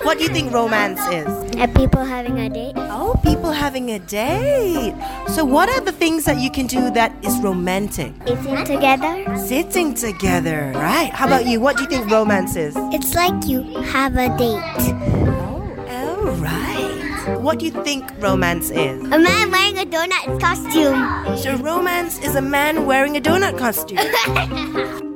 What do you think romance is? Are people having a date? Oh, people having a date. So, what are the things that you can do that is romantic? Eating together? Sitting together, right? How about you? What do you think romance is? It's like you have a date. Oh, right. What do you think romance is? A man wearing a donut costume. So, romance is a man wearing a donut costume.